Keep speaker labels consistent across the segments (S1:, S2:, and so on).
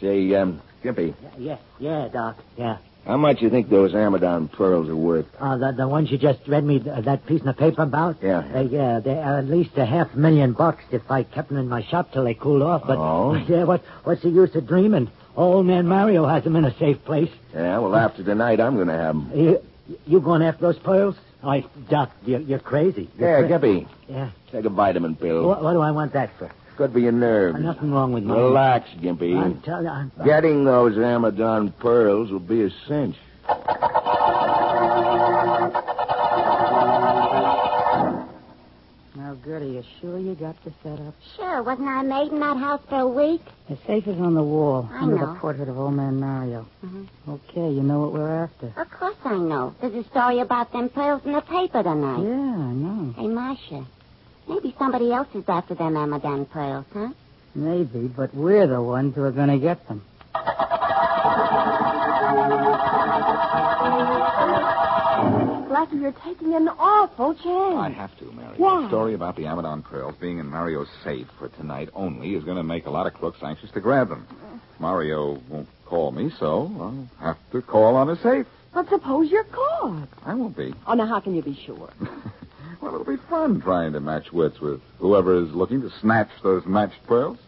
S1: Say, um, Gimpy,
S2: Yeah, yeah, Doc. Yeah.
S1: how much you think those Amadon pearls are worth?
S2: Uh, the, the ones you just read me th- that piece in the paper about?
S1: Yeah.
S2: Uh, yeah, they are at least a half million bucks if I kept them in my shop till they cooled off. But
S1: Oh?
S2: yeah, what, what's the use of dreaming? Old man Mario has them in a safe place.
S1: Yeah, well, after tonight, I'm going to have them.
S2: You, you going after those pearls? I, Doc, you're, you're crazy.
S1: Yeah,
S2: You're cra-
S1: Gimpy,
S2: Yeah.
S1: take a vitamin pill.
S2: What, what do I want that for?
S1: Could be your nerves.
S2: Nothing wrong with mine.
S1: Mm. Relax,
S2: I'm
S1: Gimpy.
S2: telling I'm,
S1: Getting those Amadon pearls will be a cinch.
S3: Now, Gertie, you sure you got the setup?
S4: Sure, wasn't I maid in that house for a week?
S3: The safe is on the wall
S4: I
S3: under
S4: know.
S3: the portrait of old man Mario.
S4: Mhm.
S3: Okay, you know what we're after.
S4: Of course I know. There's a story about them pearls in the paper
S3: Yeah,
S5: Hmm?
S4: tonight.
S3: I know.
S4: Hey, Marcia, maybe somebody else is after them Amadan pearls, huh?
S3: Maybe, but we're the ones who are going to get them.
S5: Blackie, you're taking an awful
S6: I
S5: chance.
S6: have to, Mary.
S5: Why?
S6: The story about the Amadon pearls being in Mario's safe for tonight only is going to make a lot of crooks anxious to grab them. Mario won't call me, so I'll have to call on a safe.
S5: But suppose you're caught.
S6: I won't be.
S5: Oh, now how can you be sure?
S6: Well, it'll be fun trying to match wits with whoever is looking to snatch those matched pearls.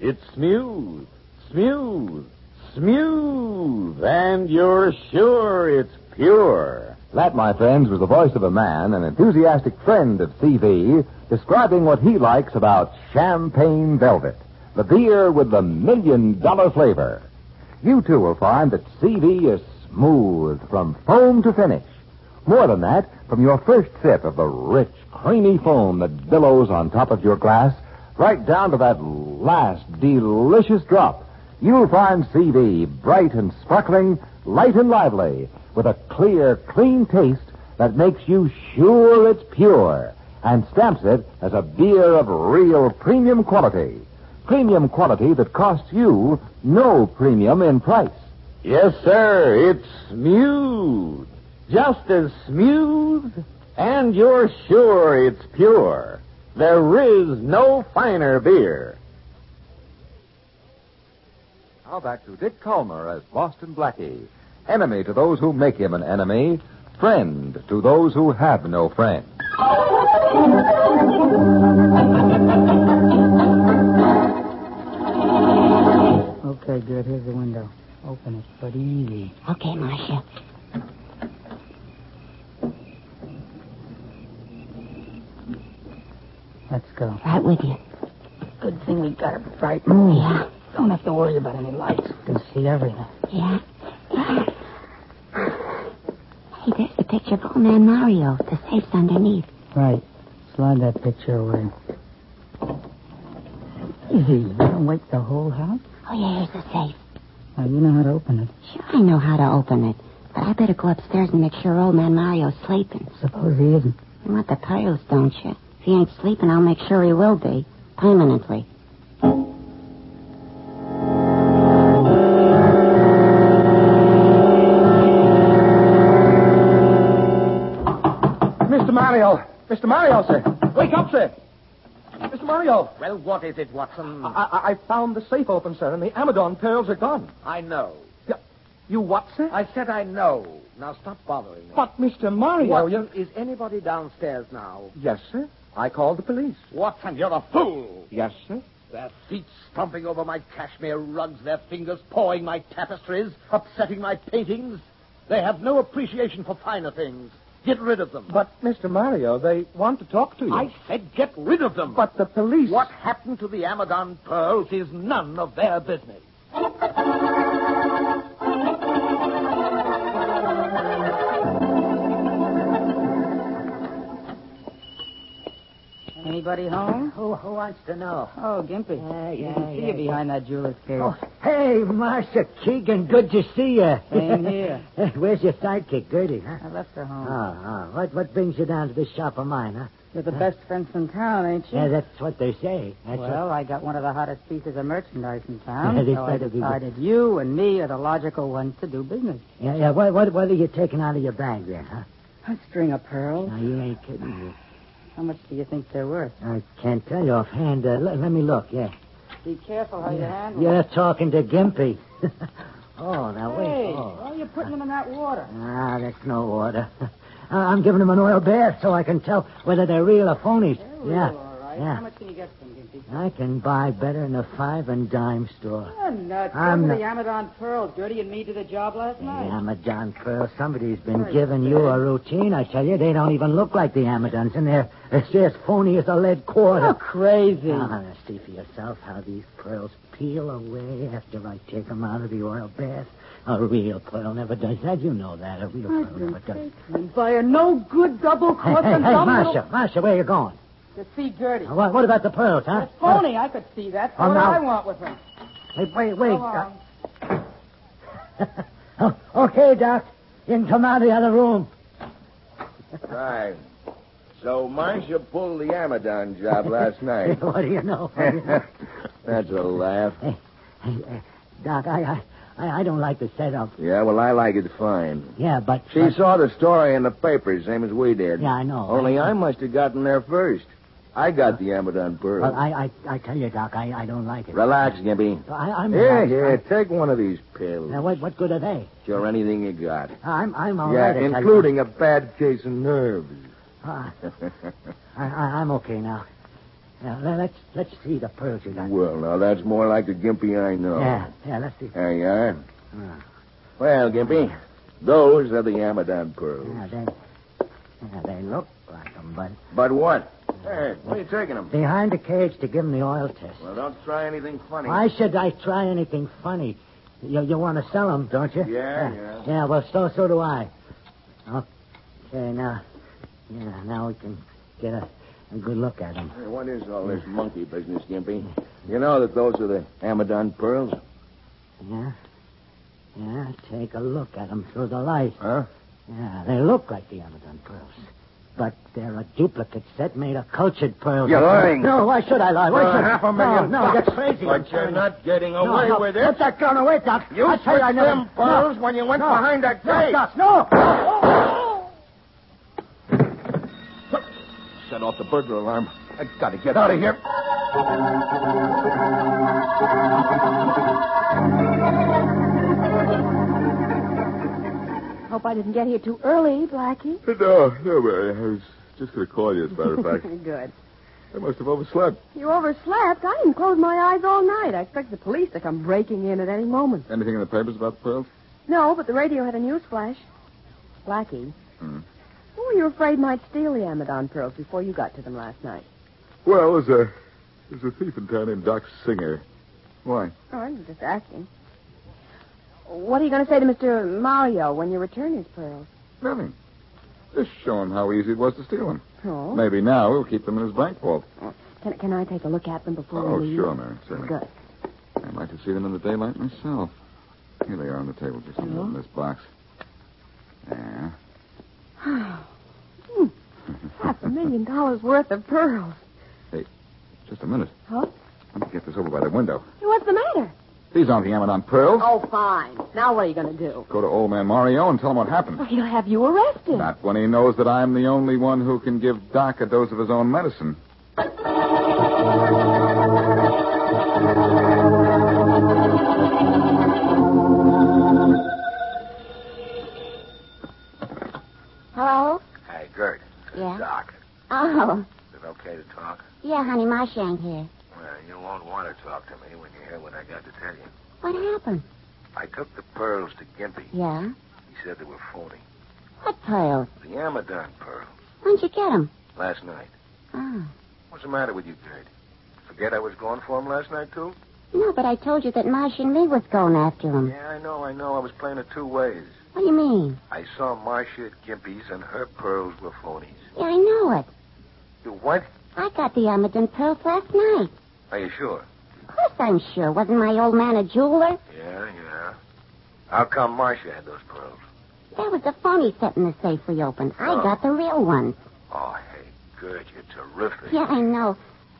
S7: It's smooth, smooth, smooth, and you're sure it's pure.
S1: That, my friends, was the voice of a man, an enthusiastic friend of CV, describing what he likes about champagne velvet, the beer with the million dollar flavor. You too will find that CV is smooth from foam to finish. More than that, from your first sip of the rich, creamy foam that billows on top of your glass, right down to that last delicious drop, you'll find CV bright and sparkling, light and lively, with a clear, clean taste that makes you sure it's pure and stamps it as a beer of real premium quality. Premium quality that costs you no premium in price.
S7: Yes, sir, it's smooth. Just as smooth, and you're sure it's pure. There is no finer beer.
S1: Now back to Dick Calmer as Boston Blackie. Enemy to those who make him an enemy, friend to those who have no friend.
S3: Okay, good. Here's the window. Open it, but easy.
S4: Okay, Marcia.
S3: Let's go.
S4: Right with you.
S3: Good thing we got a bright moon. Yeah. Don't have to worry about any lights. Can see everything.
S4: Yeah? Yeah. Hey, there's the picture of old man Mario. The safe's underneath.
S3: Right. Slide that picture away. Easy. You don't wake the whole house.
S4: Oh, yeah, here's the safe.
S3: Now you know how to open it.
S4: Sure, I know how to open it. But I better go upstairs and make sure old man Mario's sleeping.
S3: Suppose he isn't.
S4: You want the pearls, don't you? If he ain't sleeping, I'll make sure he will be. Permanently.
S1: Mr. Mario! Mr. Mario, sir! Wake up, sir! Mr.
S8: Mario.
S9: Well, what is it, Watson?
S8: I, I, I found the safe open, sir, and the Amadon pearls are gone.
S9: I know.
S8: You what, sir?
S9: I said I know. Now stop bothering me.
S8: But, Mr. Mario,
S9: Watson,
S8: you...
S9: is anybody downstairs now?
S8: Yes, sir. I called the police.
S9: Watson, you're a fool.
S8: Yes, sir.
S9: Their feet stomping over my cashmere rugs, their fingers pawing my tapestries, upsetting my paintings. They have no appreciation for finer things. Get rid of them.
S8: But, Mr. Mario, they want to talk to you.
S9: I said get rid of them.
S8: But the police...
S9: What happened to the Amadon pearls is none of their business.
S10: Anybody home?
S3: Who, who wants to know?
S10: Oh, Gimpy.
S3: Yeah,
S10: I
S3: yeah,
S10: can see you
S3: yeah, yeah.
S10: behind that jeweler's case.
S3: Oh, hey, Marcia Keegan, good to see you.
S10: Same here.
S3: Where's your sidekick, Gertie, huh?
S10: I left her
S3: Oh,
S10: home.
S3: oh, what, what brings you down to this shop of mine, huh?
S10: You're the best friends in town, ain't you?
S3: Yeah, that's what they say. That's what-
S10: well, I got one of the hottest pieces of merchandise in town,
S3: Yeah, they
S10: so I
S3: better be-
S10: decided you and me are the logical ones to do business.
S3: Yeah, yeah. What, what, what are you taking out of your bag there, huh?
S10: A string of pearls.
S3: Now, you ain't kidding me.
S10: How much do you think they're worth?
S3: I can't tell you offhand. Uh, let, let me look, yeah.
S10: Be careful how you handle
S3: You're
S10: them.
S3: talking to Gimpy. oh, now
S10: Hey,
S3: wait.
S10: why
S3: Oh.
S10: are you putting them in that water?
S3: Ah, that's no order. I- I'm giving them an oil bath so I can tell whether they're real or phonies.
S10: They're
S3: yeah.
S10: real, all right.
S3: yeah.
S10: How much can you get for them, Gimpy?
S3: I can buy better in a five and dime store.
S10: Oh, nuts.
S3: I'm
S10: Those are the Amadon pearls. Gertie and me did the job last night.
S3: Amadon pearl. Somebody's been
S10: Very
S3: giving you a routine, I tell you. They don't even look like the Amadons, and they're, they're as phony as a lead quarter.
S10: How crazy.
S3: Now, now, see for yourself how these pearls peel away after I take 'em out of the oil bath. A real pearl never does that. You know that. A real pearl never does.
S10: By a no good double
S3: Hey,
S10: cross
S3: hey, hey,
S10: and dumb little-
S3: Marcia, Marcia, where you going?
S10: To see Gertie.
S3: Uh, What, what about the pearls, huh?
S10: It's phony. I could see that.
S3: Oh,
S10: what do
S3: now-
S10: I want with them?
S3: Hey, wait, wait.
S10: Come on.
S3: Uh, okay, Doc. You can come out of the other room.
S1: Right. So Marcia pulled the Amadon job last night.
S3: what do you know? What do you know?
S1: That's a laugh.
S3: Hey, uh, Doc, I, I, I I don't like the setup.
S1: Yeah, well, I like it fine.
S3: Yeah, but.
S1: She
S3: but-
S1: saw the story in the papers, same as we did.
S3: Yeah, I know.
S1: Only
S3: I-
S1: I must have gotten there first. I got the Amadon pearl.
S3: Well, I, I, I tell you, Doc, I, I don't like it.
S1: Relax, Gimpy.
S3: I, I'm.
S1: Here,
S3: relaxed.
S1: here, take one of these
S3: I-
S1: pills.
S3: now, what, what good are they?
S1: Sure, anything you got.
S3: I'm, I'm all
S1: yeah,
S3: right, I tell you.
S1: including a bad case of nerves.
S3: Uh, I, I, I'm okay now. Now, le- let's, let's see the pearls you got.
S1: well, now that's more like the Gimpy I know.
S3: Yeah, yeah, let's see.
S1: There you are.
S3: Ah.
S1: Well, Gimpy, those are the Amadon pearls.
S3: Yeah, they, yeah, they look like them, but
S1: But what? Hey, where are you taking them?
S3: behind the cage to give them the oil test.
S1: Well, don't try anything funny.
S3: Why should I try anything funny? You, you want to sell them, don't you?
S1: Yeah,
S3: yeah.
S1: yeah.
S3: well, so so do I. Okay, now, yeah, now we can get a, a good look at them.
S1: Hey, what is all this monkey business, Gimpy? You know that those are the Amadon pearls?
S3: Yeah, yeah. Take a look at them through the light.
S1: Huh?
S3: Yeah, they look like the Amazon pearls, but they're a duplicate set made of cultured pearls.
S1: You're lying.
S3: No, why should I lie? Why
S1: For
S3: should
S1: half a million
S3: No, no,
S1: bucks.
S3: you're crazy.
S1: But
S3: I'm
S1: you're
S3: telling you.
S1: not getting
S3: No,
S1: away
S3: no,
S1: with it.
S3: Put that gun away, Doc.
S1: You
S3: I tell you, I
S1: switched
S3: never.
S1: them pearls
S3: no.
S1: when you went
S3: no.
S1: behind that
S3: No,
S1: cage.
S3: Doc, no.
S1: Set off the burglar alarm. I gotta get out of here.
S11: Hope I didn't get here too early, Blackie.
S12: No, no, Mary. I was just going to call you, as a matter of fact.
S11: Good.
S12: I must have overslept.
S11: You overslept. I didn't close my eyes all night. I expect the police to come breaking in at any moment.
S12: Anything in the papers about the pearls?
S11: No, but the radio had a news flash. Blackie.
S12: Hmm.
S11: Who were you afraid might steal the Amadon pearls before you got to them last night?
S12: Well, there's a, there's a thief in town named Doc Singer. Why?
S11: Oh, I'm just asking. What are you going to say to Mr. Mario when you return his pearls?
S12: Nothing. Just show him how easy it was to steal them.
S11: Oh.
S12: Maybe now he'll keep them in his bank vault.
S11: Can, can I take a look at them before
S12: Oh,
S11: we leave?
S12: sure, Mary. Certainly.
S11: Good.
S12: I'd like to see them in the daylight myself. Here they are on the table, just
S11: Hello?
S12: in this box. Yeah.
S11: Hmm. Half a million dollars worth of pearls.
S12: Just a minute.
S11: Huh?
S12: Let me get this over by the window.
S11: Hey, What's the matter?
S12: These aren't the Amadon pearls.
S11: Oh, fine. Now what are you going to do?
S12: Go to old man Mario and tell him what happened.
S11: Well, he'll have you arrested.
S12: Not when he knows that I'm the only one who can give Doc a dose of his own medicine.
S4: Hello?
S1: Hey, Gert.
S4: Yeah?
S1: Doc.
S4: Oh,
S1: Is it okay to talk?
S4: yeah, honey, Marcia ain't here.
S1: Well, you won't want to talk to me when you hear what I got to tell you.
S4: What happened?
S1: I took the pearls to Gimpy.
S4: Yeah?
S1: He said they were phony.
S4: What pearls?
S1: The Amadon pearl.
S4: When'd you get 'em?
S1: Last night.
S4: Oh.
S1: What's the matter with you, Gert? Forget I was going for 'em last night, too?
S4: No, but I told you that Marcia and me was going after 'em.
S1: Yeah, I know, I know. I was playing it two ways.
S4: What do you mean?
S1: I saw Marcia at Gimpy's, and her pearls were phonies.
S4: Yeah, I know it.
S1: You what?
S4: I got the Amadon pearls last night.
S1: Are you sure?
S4: Of course I'm sure. Wasn't my old man a jeweler?
S1: Yeah, yeah. How come Marcia had those pearls?
S4: There was a phony set in the safe we opened. I
S1: Oh.
S4: got the real ones.
S1: Oh, hey, Gert, you're terrific.
S4: Yeah, I know.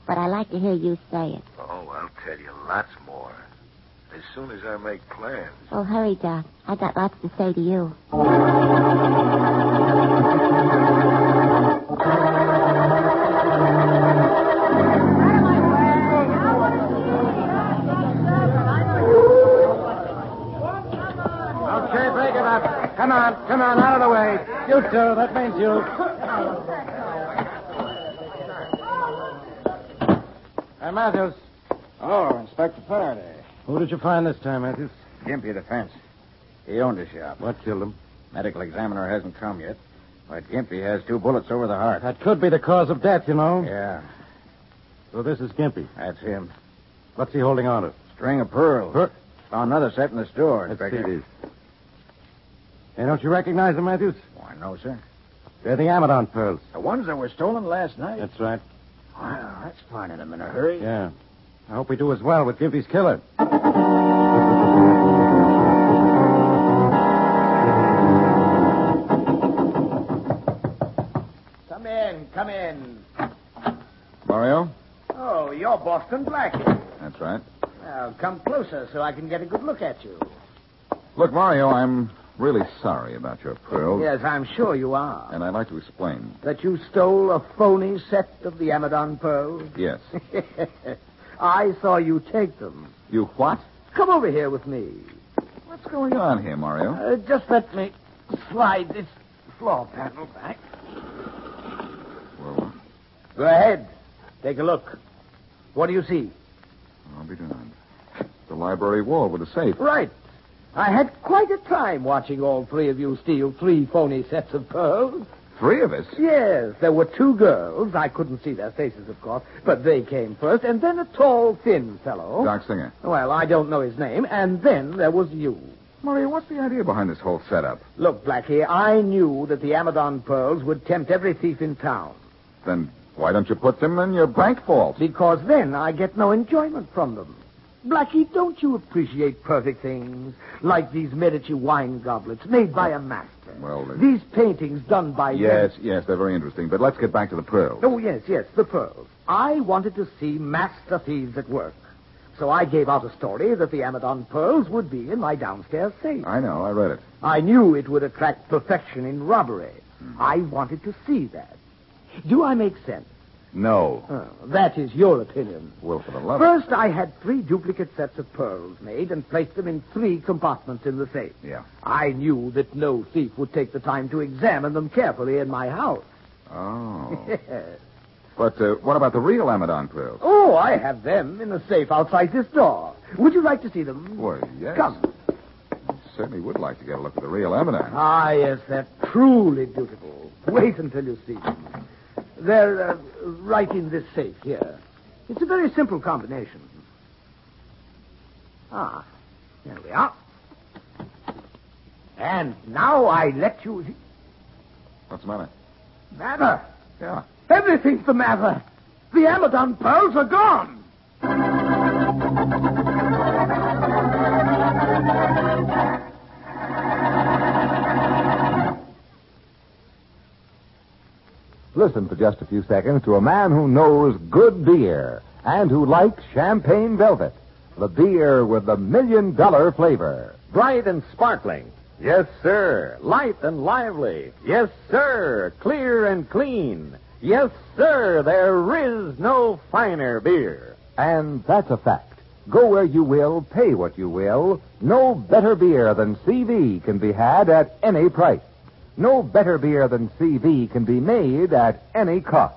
S4: But I like to hear you say it.
S1: Oh, I'll tell you lots more. As soon as I make plans.
S4: Well, Oh, hurry, Doc. I got lots to say to you.
S13: Okay, break it up. Come on, come on, out of the way. You two, that means you. Hey, Matthews. Oh, Inspector Faraday. Who did you find this time, Matthews?
S14: Gimpy the fence. He owned the shop.
S13: What killed him?
S14: Medical examiner hasn't come yet, but Gimpy has two bullets over the heart.
S13: That could be the cause of death, you know.
S14: Yeah,
S13: So this is Gimpy.
S14: that's him.
S13: What's he holding on to?
S14: String of pearls. Found another set in the store, Inspector.
S13: Hey, don't you recognize them, Matthews?
S14: Why, no, sir.
S13: They're the Amadon pearls.
S14: The ones that were stolen last night.
S13: That's right.
S14: Wow, that's finding them in a hurry.
S13: Yeah. I hope we do as well with Gimpy's killer.
S9: Come in, come in.
S12: Mario?
S9: Oh, you're Boston Blackie.
S12: That's right.
S9: Now, come closer so I can get a good look at you.
S12: Look, Mario, I'm really sorry about your
S3: Oh.
S12: pearls.
S9: Yes, I'm sure you are.
S12: And I'd like to explain.
S9: That you stole a phony set of the Amadon pearls?
S12: Yes.
S9: I saw you take them.
S12: You what?
S9: Come over here with me.
S12: What's going on here, Mario?
S9: Uh, just let me slide this floor panel back.
S12: Well,
S9: Go ahead. Take a look. What do you see?
S12: I'll be darned. The library wall with a safe.
S9: Right. I had quite a time watching all three of you steal three phony sets of pearls.
S12: Three of us?
S9: Yes, there were two girls. I couldn't see their faces, of course, but they came first, and then a tall, thin fellow.
S12: Doc Singer.
S9: Well, I don't know his name, and then there was you.
S12: Mario, what's the idea behind this whole setup?
S9: Look, Blackie, I knew that the Amadon pearls would tempt every thief in town.
S12: Then why don't you put them in your bank vault?
S9: Because then I get no enjoyment from them. Blackie, don't you appreciate perfect things? Like these Medici wine goblets made by a master.
S12: Well, they-
S9: These paintings done by...
S12: yes, yes, they're very interesting. But let's get back to the pearls.
S9: Oh, yes, yes, the pearls. I wanted to see master thieves at work. So I gave out a story that the Amadon pearls would be in my downstairs safe.
S12: I know, I read it.
S9: I knew it would attract perfection in robbery.
S12: Hmm.
S9: I wanted to see that. Do I make sense?
S12: No.
S9: That is your opinion.
S12: Uh. Well, for the love of...
S9: First, I had three duplicate sets of pearls made and placed them in three compartments in the safe.
S12: Yeah.
S9: I knew that no thief would take the time to examine them carefully in my house.
S12: Oh. but uh, what about the real Amadon pearls?
S9: oh, I have them in a safe outside this door. Would you like to see them?
S12: Well, yes.
S9: Come.
S12: Certainly would like to get a look at the real Amadon.
S9: Ah, yes, they're truly beautiful. Wait until you see them. They're uh, right in this safe here. It's a very simple combination. Ah, there we are. And now I let you.
S12: What's the matter?
S9: Matter!
S12: Yeah.
S9: Everything's the matter! The Amadon pearls are gone!
S15: Listen for just a few seconds to a man who knows good beer and who likes champagne velvet, the beer with the million dollar flavor.
S7: Bright and sparkling. Yes, sir. Light and lively. Yes, sir. Clear and clean.
S16: Yes, sir, there is no finer beer.
S12: And that's a fact. Go where you will, pay what you will. No better beer than CV can be had at any price. No better beer than CV can be made at any cost.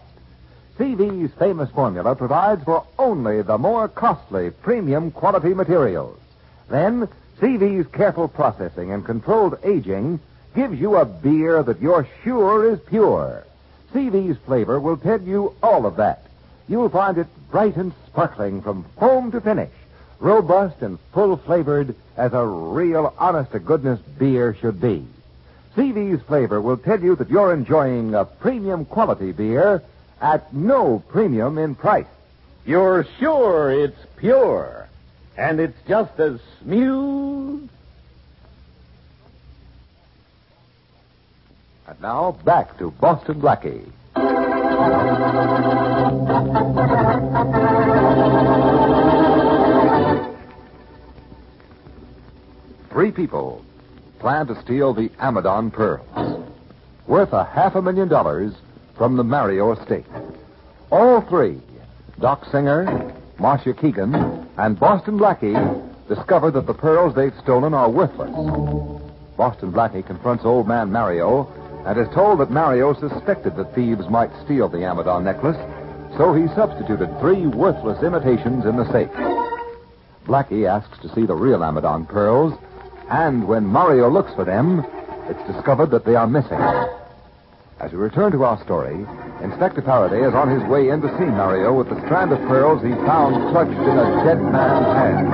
S12: CV's famous formula provides for only the more costly premium quality materials. Then, CV's careful processing and controlled aging gives you a beer that you're sure is pure. CV's flavor will tell you all of that. You'll find it bright and sparkling from foam to finish, robust and full flavored as a real honest to goodness beer should be. CV's flavor will tell you that you're enjoying a premium quality beer at no premium in price.
S16: You're sure it's pure, and it's just as smooth.
S12: And now back to Boston Blackie. Three people plan to steal the Amadon pearls, worth a half a million dollars, from the Mario estate. All three, Doc Singer, Marcia Keegan, and Boston Blackie, discover that the pearls they've stolen are worthless. Boston Blackie confronts old man Mario and is told that Mario suspected that thieves might steal the Amadon necklace, so he substituted three worthless imitations in the safe. Blackie asks to see the real Amadon pearls, and when Mario looks for them, it's discovered that they are missing. As we return to our story, Inspector Faraday is on his way in to see Mario with the strand of pearls he found clutched in a dead man's hand.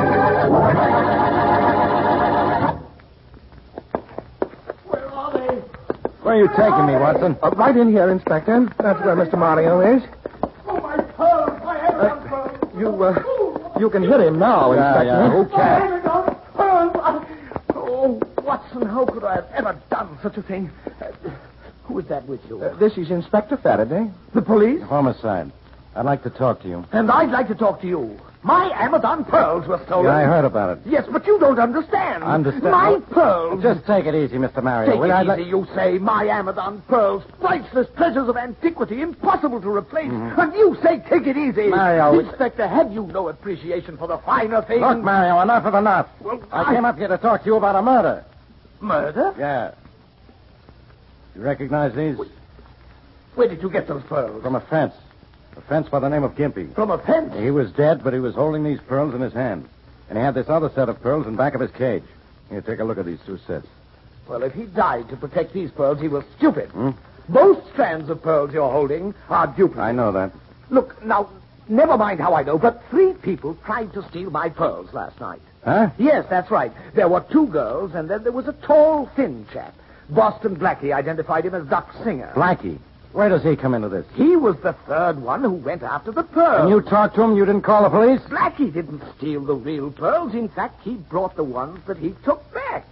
S17: Where are they?
S18: Where are you taking me, Watson?
S17: Uh, right in here, Inspector. That's where Mr. Mario is.
S18: Oh, my pearls! My Amadon pearls! Oh,
S17: You, uh, you can hit him now,
S18: Yeah,
S17: Inspector.
S18: yeah, who
S17: can?
S18: cares?
S9: Oh, Watson, how could I have ever done such a thing? Uh, who is that with you?
S1: Uh,
S17: Uh, This is Inspector Faraday. The police?
S1: Homicide. I'd like to talk to you.
S9: and I'd like to talk to you. My Amadon pearls were
S17: Oh,
S9: stolen.
S1: Yeah, I heard about it.
S9: Yes, but you don't understand.
S1: Understand?
S9: My pearls.
S1: Just take it easy, Mr. Mario.
S9: Take
S1: will
S9: it
S1: you? I'd like-
S9: easy, you say. My Amadon pearls, priceless treasures of antiquity, impossible to replace.
S1: Mm-hmm.
S9: And you say, take it easy.
S1: Mario, it's-
S9: Inspector, have you no appreciation for the finer things?
S1: Look, Mario, enough of enough.
S9: Well,
S1: I came up here to talk to you about a murder.
S9: Murder?
S1: Yeah. You recognize these?
S9: Where did you get those pearls?
S1: From a fence. A fence by the name of Gimpy.
S9: From a fence?
S1: He was dead, but he was holding these pearls in his hand. And he had this other set of pearls in back of his cage. Here, take a look at these two sets.
S9: Well, if he died to protect these pearls, he was stupid.
S1: Hmm?
S9: Both strands of pearls you're holding are duplicates. I
S1: know that.
S9: Look, now, never mind how I know, but three people tried to steal my pearls last night.
S1: Huh?
S9: Yes, that's right. There were two girls, and then there was a tall, thin chap. Boston Blackie identified him as Doc Singer.
S1: Blackie. Where does he come into this?
S9: He was the third one who went after the pearls.
S1: And you talked to him? You didn't call the police?
S9: Blackie didn't steal the real pearls. In fact, he brought the ones that he took back.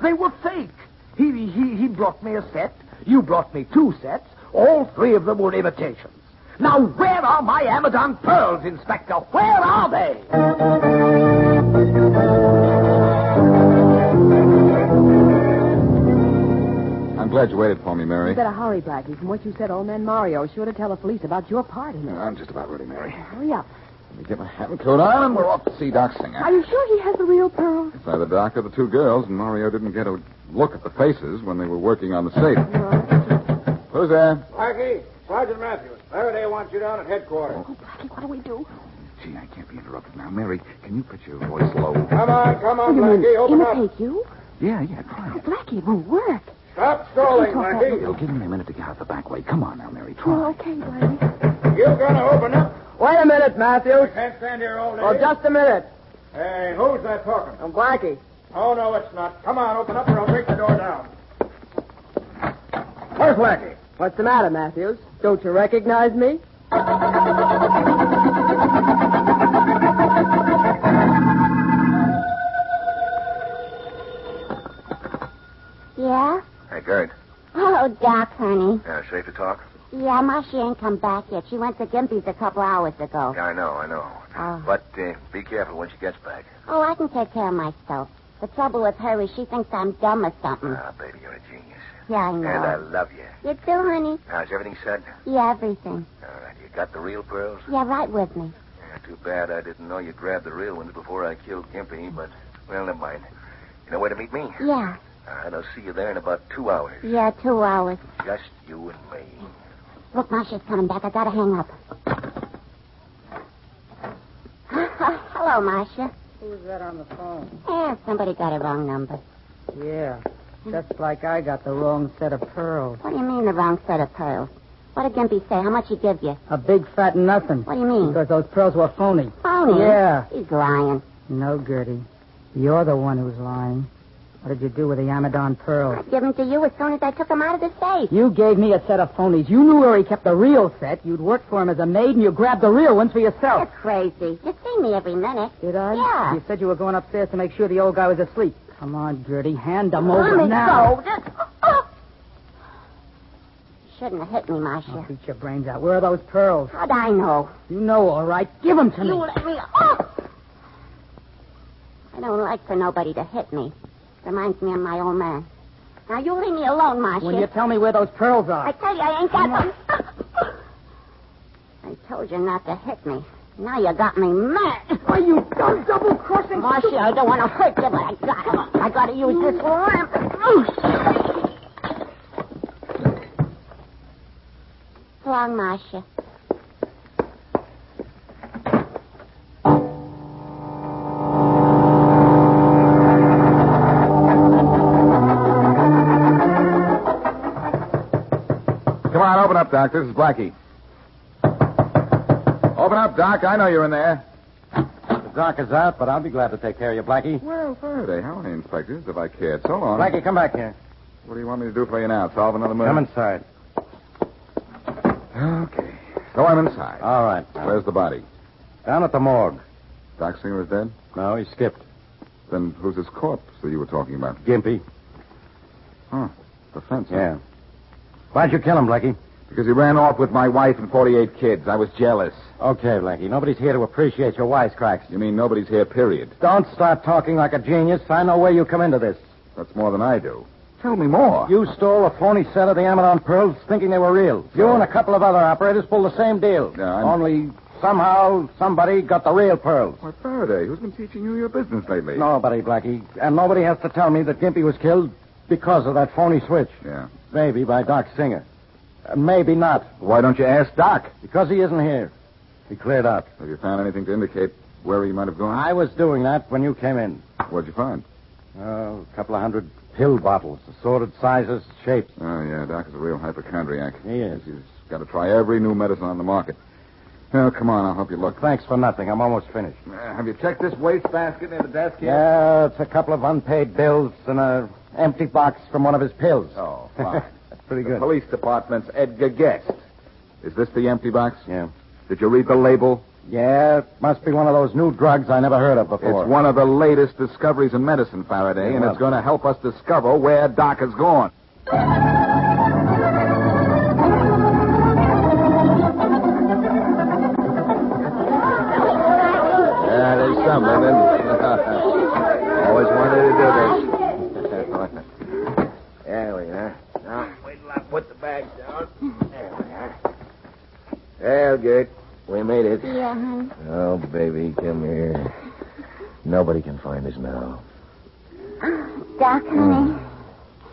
S9: They were fake. He, he, he brought me a set. You brought me two sets. All three of them were imitations. Now, where are my Amadon pearls, Inspector? Where are they?
S19: I'm glad you waited for me, Mary.
S11: You better hurry, Blackie. From what you said, old man Mario is sure to tell the police about your part in it.
S19: I'm just about ready, Mary.
S11: Hurry up.
S19: Let me get my hat and coat on, and we're off to see Doc Singer.
S11: Are you sure he has the real pearls?
S19: It's either Doc or the two girls, and Mario didn't get a look at the faces when they were working on the safe. Who's there?
S18: Blackie, Sergeant Matthews. Faraday wants you down at headquarters. Oh, Blackie, what do we do?
S19: Gee, I can't be interrupted now. Mary, can you put your voice low?
S18: Come on, come on,
S4: You mean
S18: Blackie, open up.
S4: imitate you?
S19: Yeah, yeah, try it.
S4: Blackie, it won't work.
S18: Stop stalling,
S19: It'll
S18: Blackie.
S19: give me a minute to get out the back way. Come on now, Mary. Try.
S4: Well, okay, Blackie.
S18: You gotta open up.
S20: Wait a minute, Matthews.
S18: Can't stand here all day.
S20: Oh, just a minute.
S18: Hey, who's that talking?
S20: I'm Blackie.
S18: Oh, no, it's not. Come on, open up or I'll break the door down. Where's Blackie?
S20: What's the matter, Matthews? Don't you recognize me?
S4: Yeah?
S21: Hey, Garrett.
S4: Hello, Doc, honey.
S21: Yeah, safe to talk?
S4: Yeah, Marcia ain't come back yet. She went to Gimpy's a couple hours ago.
S21: Yeah, I know, I know.
S4: Oh.
S21: But uh, be careful when she gets back.
S4: Oh, I can take care of myself. The trouble with her is she thinks I'm dumb or something.
S22: Ah, baby, you're a genius.
S4: Yeah, I know.
S22: And I love you.
S4: You too, honey.
S22: Now, is everything said?
S4: Yeah, everything.
S22: All right. You got the real pearls?
S4: Yeah, right with me.
S22: Yeah, too bad I didn't know you grabbed the real ones before I killed Gimpy, but, well, never mind. You know where to meet me?
S4: Yeah.
S22: All right, I'll see you there in about two hours.
S4: Yeah, two hours.
S22: Just you and me.
S4: Look, Marcia's coming back. I gotta hang up. Hello, Marcia.
S3: Who was that on the phone?
S4: Yeah, somebody got a wrong number.
S3: Yeah. Just like I got the wrong set of pearls.
S4: What do you mean the wrong set of pearls? What did Gimpy say? How much he give you?
S3: A big fat nothing.
S4: What do you mean?
S3: Because those pearls were phony.
S4: Phony?
S3: Yeah.
S4: He's lying.
S3: No, Gertie. You're the one who's lying. What did you do with the Amadon pearls?
S4: Give 'em to you as soon as I took 'em out of the safe.
S3: You gave me a set of phonies. You knew where he kept the real set. You'd worked for him as a maid, and you grabbed the real ones for yourself.
S4: You're crazy. You see me every minute.
S3: Did I?
S4: Yeah.
S3: You said you were going upstairs to make sure the old guy was asleep. Come on, Gertie. Hand him
S4: Let
S3: over
S4: me
S3: now.
S4: go. Just- oh, oh. Shouldn't have hit me,
S3: I'll
S4: Marcia.
S3: beat your brains out. Where are those pearls?
S4: How'd I know?
S3: You know, all right. Give them to
S4: You
S3: me.
S4: let me. Oh! I don't like for nobody to hit me. Reminds me of my old man. Now you leave me alone, Marcia.
S3: When you tell me where those pearls
S4: I
S3: are.
S4: tell you, I ain't got one. I told you not to hit me. Now you got me mad.
S3: Are you done double-crossing?
S4: Marcia, I don't want to hurt you, but I got it. I got to use this lamp. Oh, shit. Long, Marcia.
S12: Come on, open up, Doc. This is Blackie. Open up, Doc. I know you're in there.
S9: The doc is out, but I'll be glad to take care of you, Blackie.
S12: Well, Faraday, how are you, inspectors, if I cared? So long.
S9: Blackie, come back here.
S12: What do you want me to do for you now? Solve another murder?
S9: Come inside.
S12: Okay. So I'm inside.
S19: Uh,
S9: All right.
S12: Where's the body?
S9: Down at the morgue.
S12: Doc Singer's dead?
S9: No, he skipped.
S12: Then who's his corpse that you were talking about?
S9: Gimpy.
S12: Huh. The fence. huh?
S9: Yeah. Why'd you kill him, Blackie?
S12: Because he ran off with my wife and 48 kids. I was jealous.
S9: Okay, Blackie. Nobody's here to appreciate your wisecracks.
S12: You mean nobody's here, period.
S9: Don't start talking like a genius. I know where you come into this.
S12: That's more than I do. Tell me more.
S9: You stole a phony set of the Amadon pearls thinking they were real. You and a couple of other operators pulled the same deal.
S12: Yeah, I'm-
S9: Only somehow somebody got the real pearls.
S12: Why, Faraday, who's been teaching you your business lately?
S9: Nobody, Blackie. And nobody has to tell me that Gimpy was killed because of that phony switch.
S12: Yeah.
S9: Maybe by Doc Singer. Uh, maybe not.
S12: Why don't you ask Doc?
S9: Because he isn't here. He cleared out.
S12: Have you found anything to indicate where he might have gone?
S9: I was doing that when you came in.
S12: What'd you find?
S9: Oh, a couple of hundred pill bottles, assorted sizes, shapes.
S12: Oh, yeah, Doc is a real hypochondriac.
S9: He is.
S12: He's got to try every new medicine on the market. Well, come on, I'll help you look.
S9: Thanks for nothing. I'm almost finished.
S12: Uh, have you checked this wastebasket near the desk here?
S9: Yeah, it's a couple of unpaid bills and a empty box from one of his pills.
S12: Oh, fine.
S9: That's pretty
S12: The
S9: good.
S12: police department's Edgar Guest. Is this the empty box?
S9: Yeah.
S12: Did you read the label?
S9: Yeah, it must be one of those new drugs I never heard of before.
S12: It's one of the latest discoveries in medicine, Faraday,
S9: Yeah,
S12: and
S9: well.
S12: it's going to help us discover where Doc has gone. Yeah, there's something. Always wanted to do this. there we are.
S1: Now, wait till I put the bags down. There we are. Well, good. We made it.
S4: Yeah, honey.
S1: Oh, baby, come here. Nobody can find us now.
S4: Doc, honey,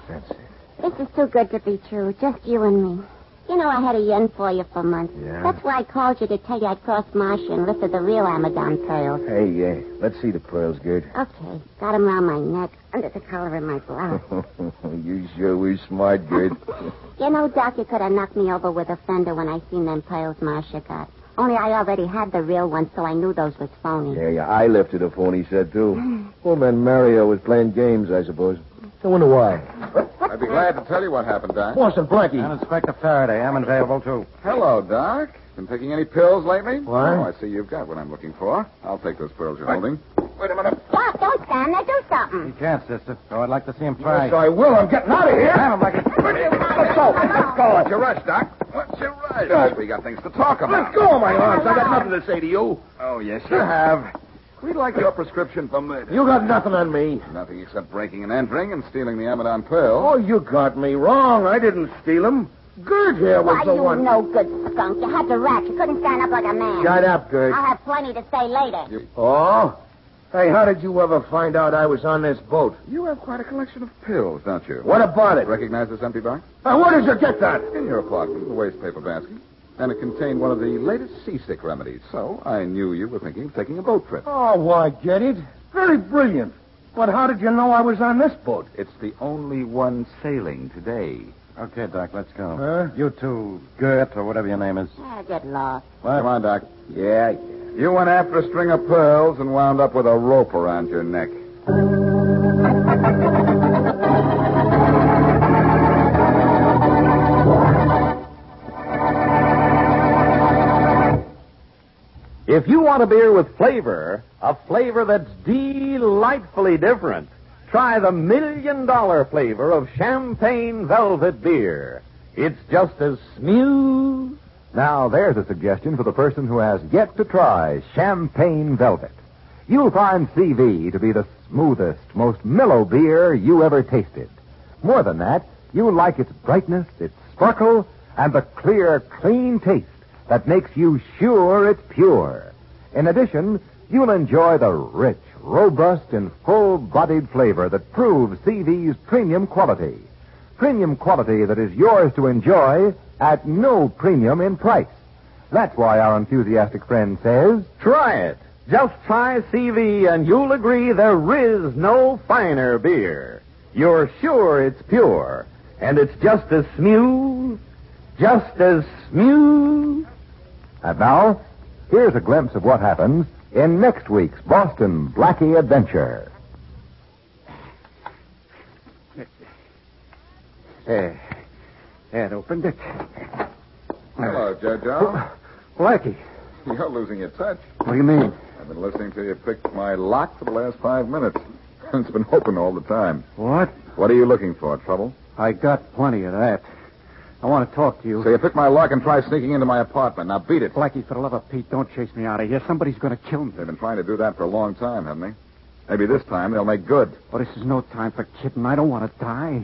S1: That's it.
S4: this is too good to be true. Just you and me. You know I had a yen for you for months.
S1: Yeah?
S4: That's why I called you to tell you I'd crossed Marcia and lifted the real Amadon pearls.
S1: Hey, uh, let's see the pearls, good.
S4: Okay, got 'em round my neck, under the collar of my blouse.
S1: you sure were smart, good.
S4: You know, Doc, you could have knocked me over with a fender when I seen them pearls Marcia got. Only I already had the real ones, so I knew those was phony.
S1: yeah, yeah, I lifted a phony set, too. Well, man, Mario was playing games, I suppose. I wonder why.
S12: I'd be glad to tell you what happened, Doc.
S1: Boston Blackie.
S9: And Inspector Faraday, I'm available too.
S12: Hello, Doc. Been taking any pills lately?
S1: Why?
S12: Oh, I see you've got what I'm looking for. I'll take those pills you're holding. Wait a minute.
S4: Doc, don't stand there. Do
S9: He
S4: something.
S9: can't, sister. So I'd like to see him try.
S1: I will. I'm getting out of here.
S9: Have him, Blackie.
S1: Let's go. Let's go.
S12: What's your rush, Doc? What's your rush?
S1: Doc.
S12: we got things to talk
S1: Let
S12: about.
S1: go of my arms. I got nothing to say to you.
S12: Oh, yes,
S1: You have.
S12: We'd like your prescription for murder.
S23: You got nothing on me.
S12: Nothing except breaking and entering and stealing the Amadon pearl.
S23: Oh, you got me wrong. I didn't steal him. Gert here was
S4: Why,
S23: the
S4: you
S23: one.
S4: no good skunk. You had to rat. You couldn't stand up like a man.
S23: Shut up, Gert.
S4: I'll have plenty to say later.
S23: Oh? Hey, how did you ever find out I was on this boat?
S12: You have quite a collection of pills, don't you?
S23: What about it?
S12: Recognize this empty box?
S23: Now, where did you get that?
S12: In your apartment, the waste paper basket. And it contained one of the latest seasick remedies. So I knew you were thinking of taking a boat trip.
S24: Oh, I get it. Very brilliant. But how did you know I was on this boat?
S12: It's the only one sailing today.
S25: Okay, Doc, let's go. You two, Gert, or whatever your name is.
S4: Ah, get lost.
S12: Come on, Doc. Yeah. You went after a string of pearls and wound up with a rope around your neck.
S1: If you want a beer with flavor, a flavor that's delightfully different, try the million dollar flavor of champagne velvet beer. It's just as smooth.
S26: Now, there's a suggestion for the person who has yet to try Champagne Velvet. You'll find CV to be the smoothest, most mellow beer you ever tasted. More than that, you'll like its brightness, its sparkle, and the clear, clean taste that makes you sure it's pure. In addition, you'll enjoy the rich, robust, and full-bodied flavor that proves CV's premium quality. Premium quality that is yours to enjoy at no premium in price. That's why our enthusiastic friend says,
S1: Try it. Just try CV and you'll agree there is no finer beer. You're sure it's pure, and it's just as smooth, just as smooth.
S26: And now, here's a glimpse of what happens in next week's Boston Blackie Adventure.
S9: There. That opened it.
S12: Hello, Jojo.
S26: Oh.
S9: Blackie.
S12: You're losing your touch.
S9: What do you mean?
S12: I've been listening to you pick my lock for the last five minutes. It's been open all the time.
S9: What?
S12: What are you looking for, trouble?
S9: I got plenty of that. I want to talk to you.
S12: So you pick my lock and try sneaking into my apartment. Now beat it.
S9: Blackie, for the love of Pete, don't chase me out of here. Somebody's going to kill me.
S12: They've been trying to do that for a long time, haven't they? Maybe this time they'll make good.
S9: Oh, this is no time for kidding. I don't want to die.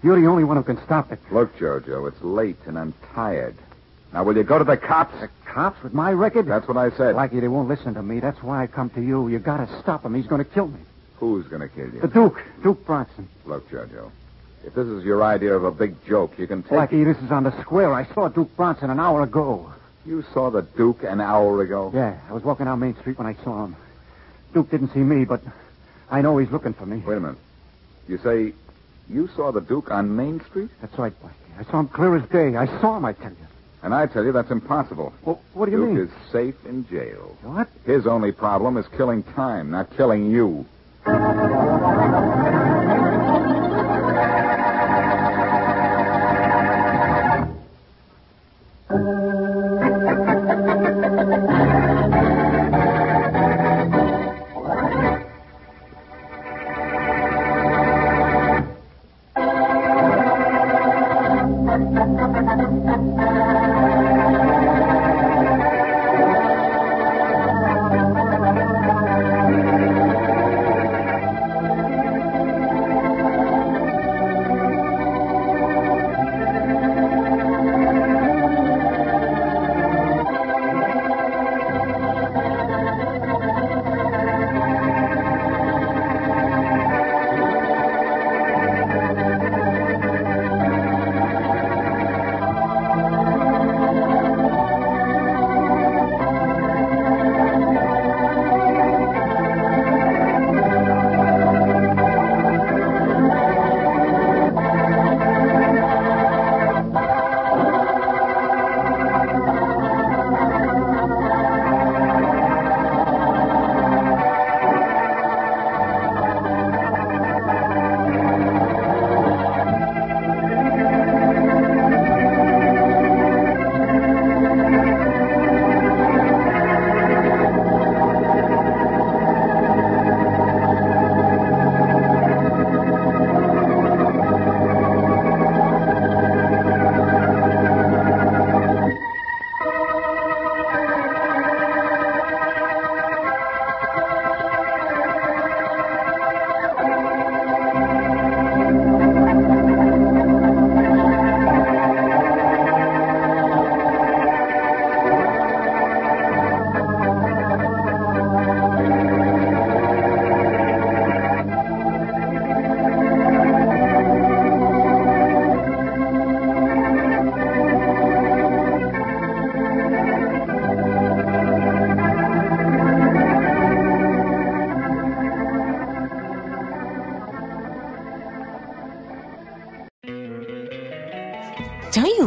S9: You're the only one who can stop it.
S12: Look, Jojo, it's late and I'm tired. Now, will you go to the cops?
S9: Cops with my record?
S12: That's what I said.
S9: Blackie, they won't listen to me. That's why I come to you. You got to stop him. He's going to kill me.
S12: Who's going to kill you?
S9: The Duke. Duke Bronson.
S12: Look, Jojo, if this is your idea of a big joke, you can take
S9: Blackie, this is on the square. I saw Duke Bronson an hour ago.
S12: You saw the Duke an hour ago?
S9: Yeah, I was walking down Main Street when I saw him. Duke didn't see me, but I know he's looking for me.
S12: Wait a minute. You say you saw the Duke on Main Street?
S9: That's right, Blackie. I saw him clear as day. I saw him, I tell you.
S12: And I tell you that's impossible.
S9: Well, what do you
S12: Duke
S9: mean?
S12: is safe in jail.
S9: What?
S12: His only problem is killing time, not killing you.
S27: you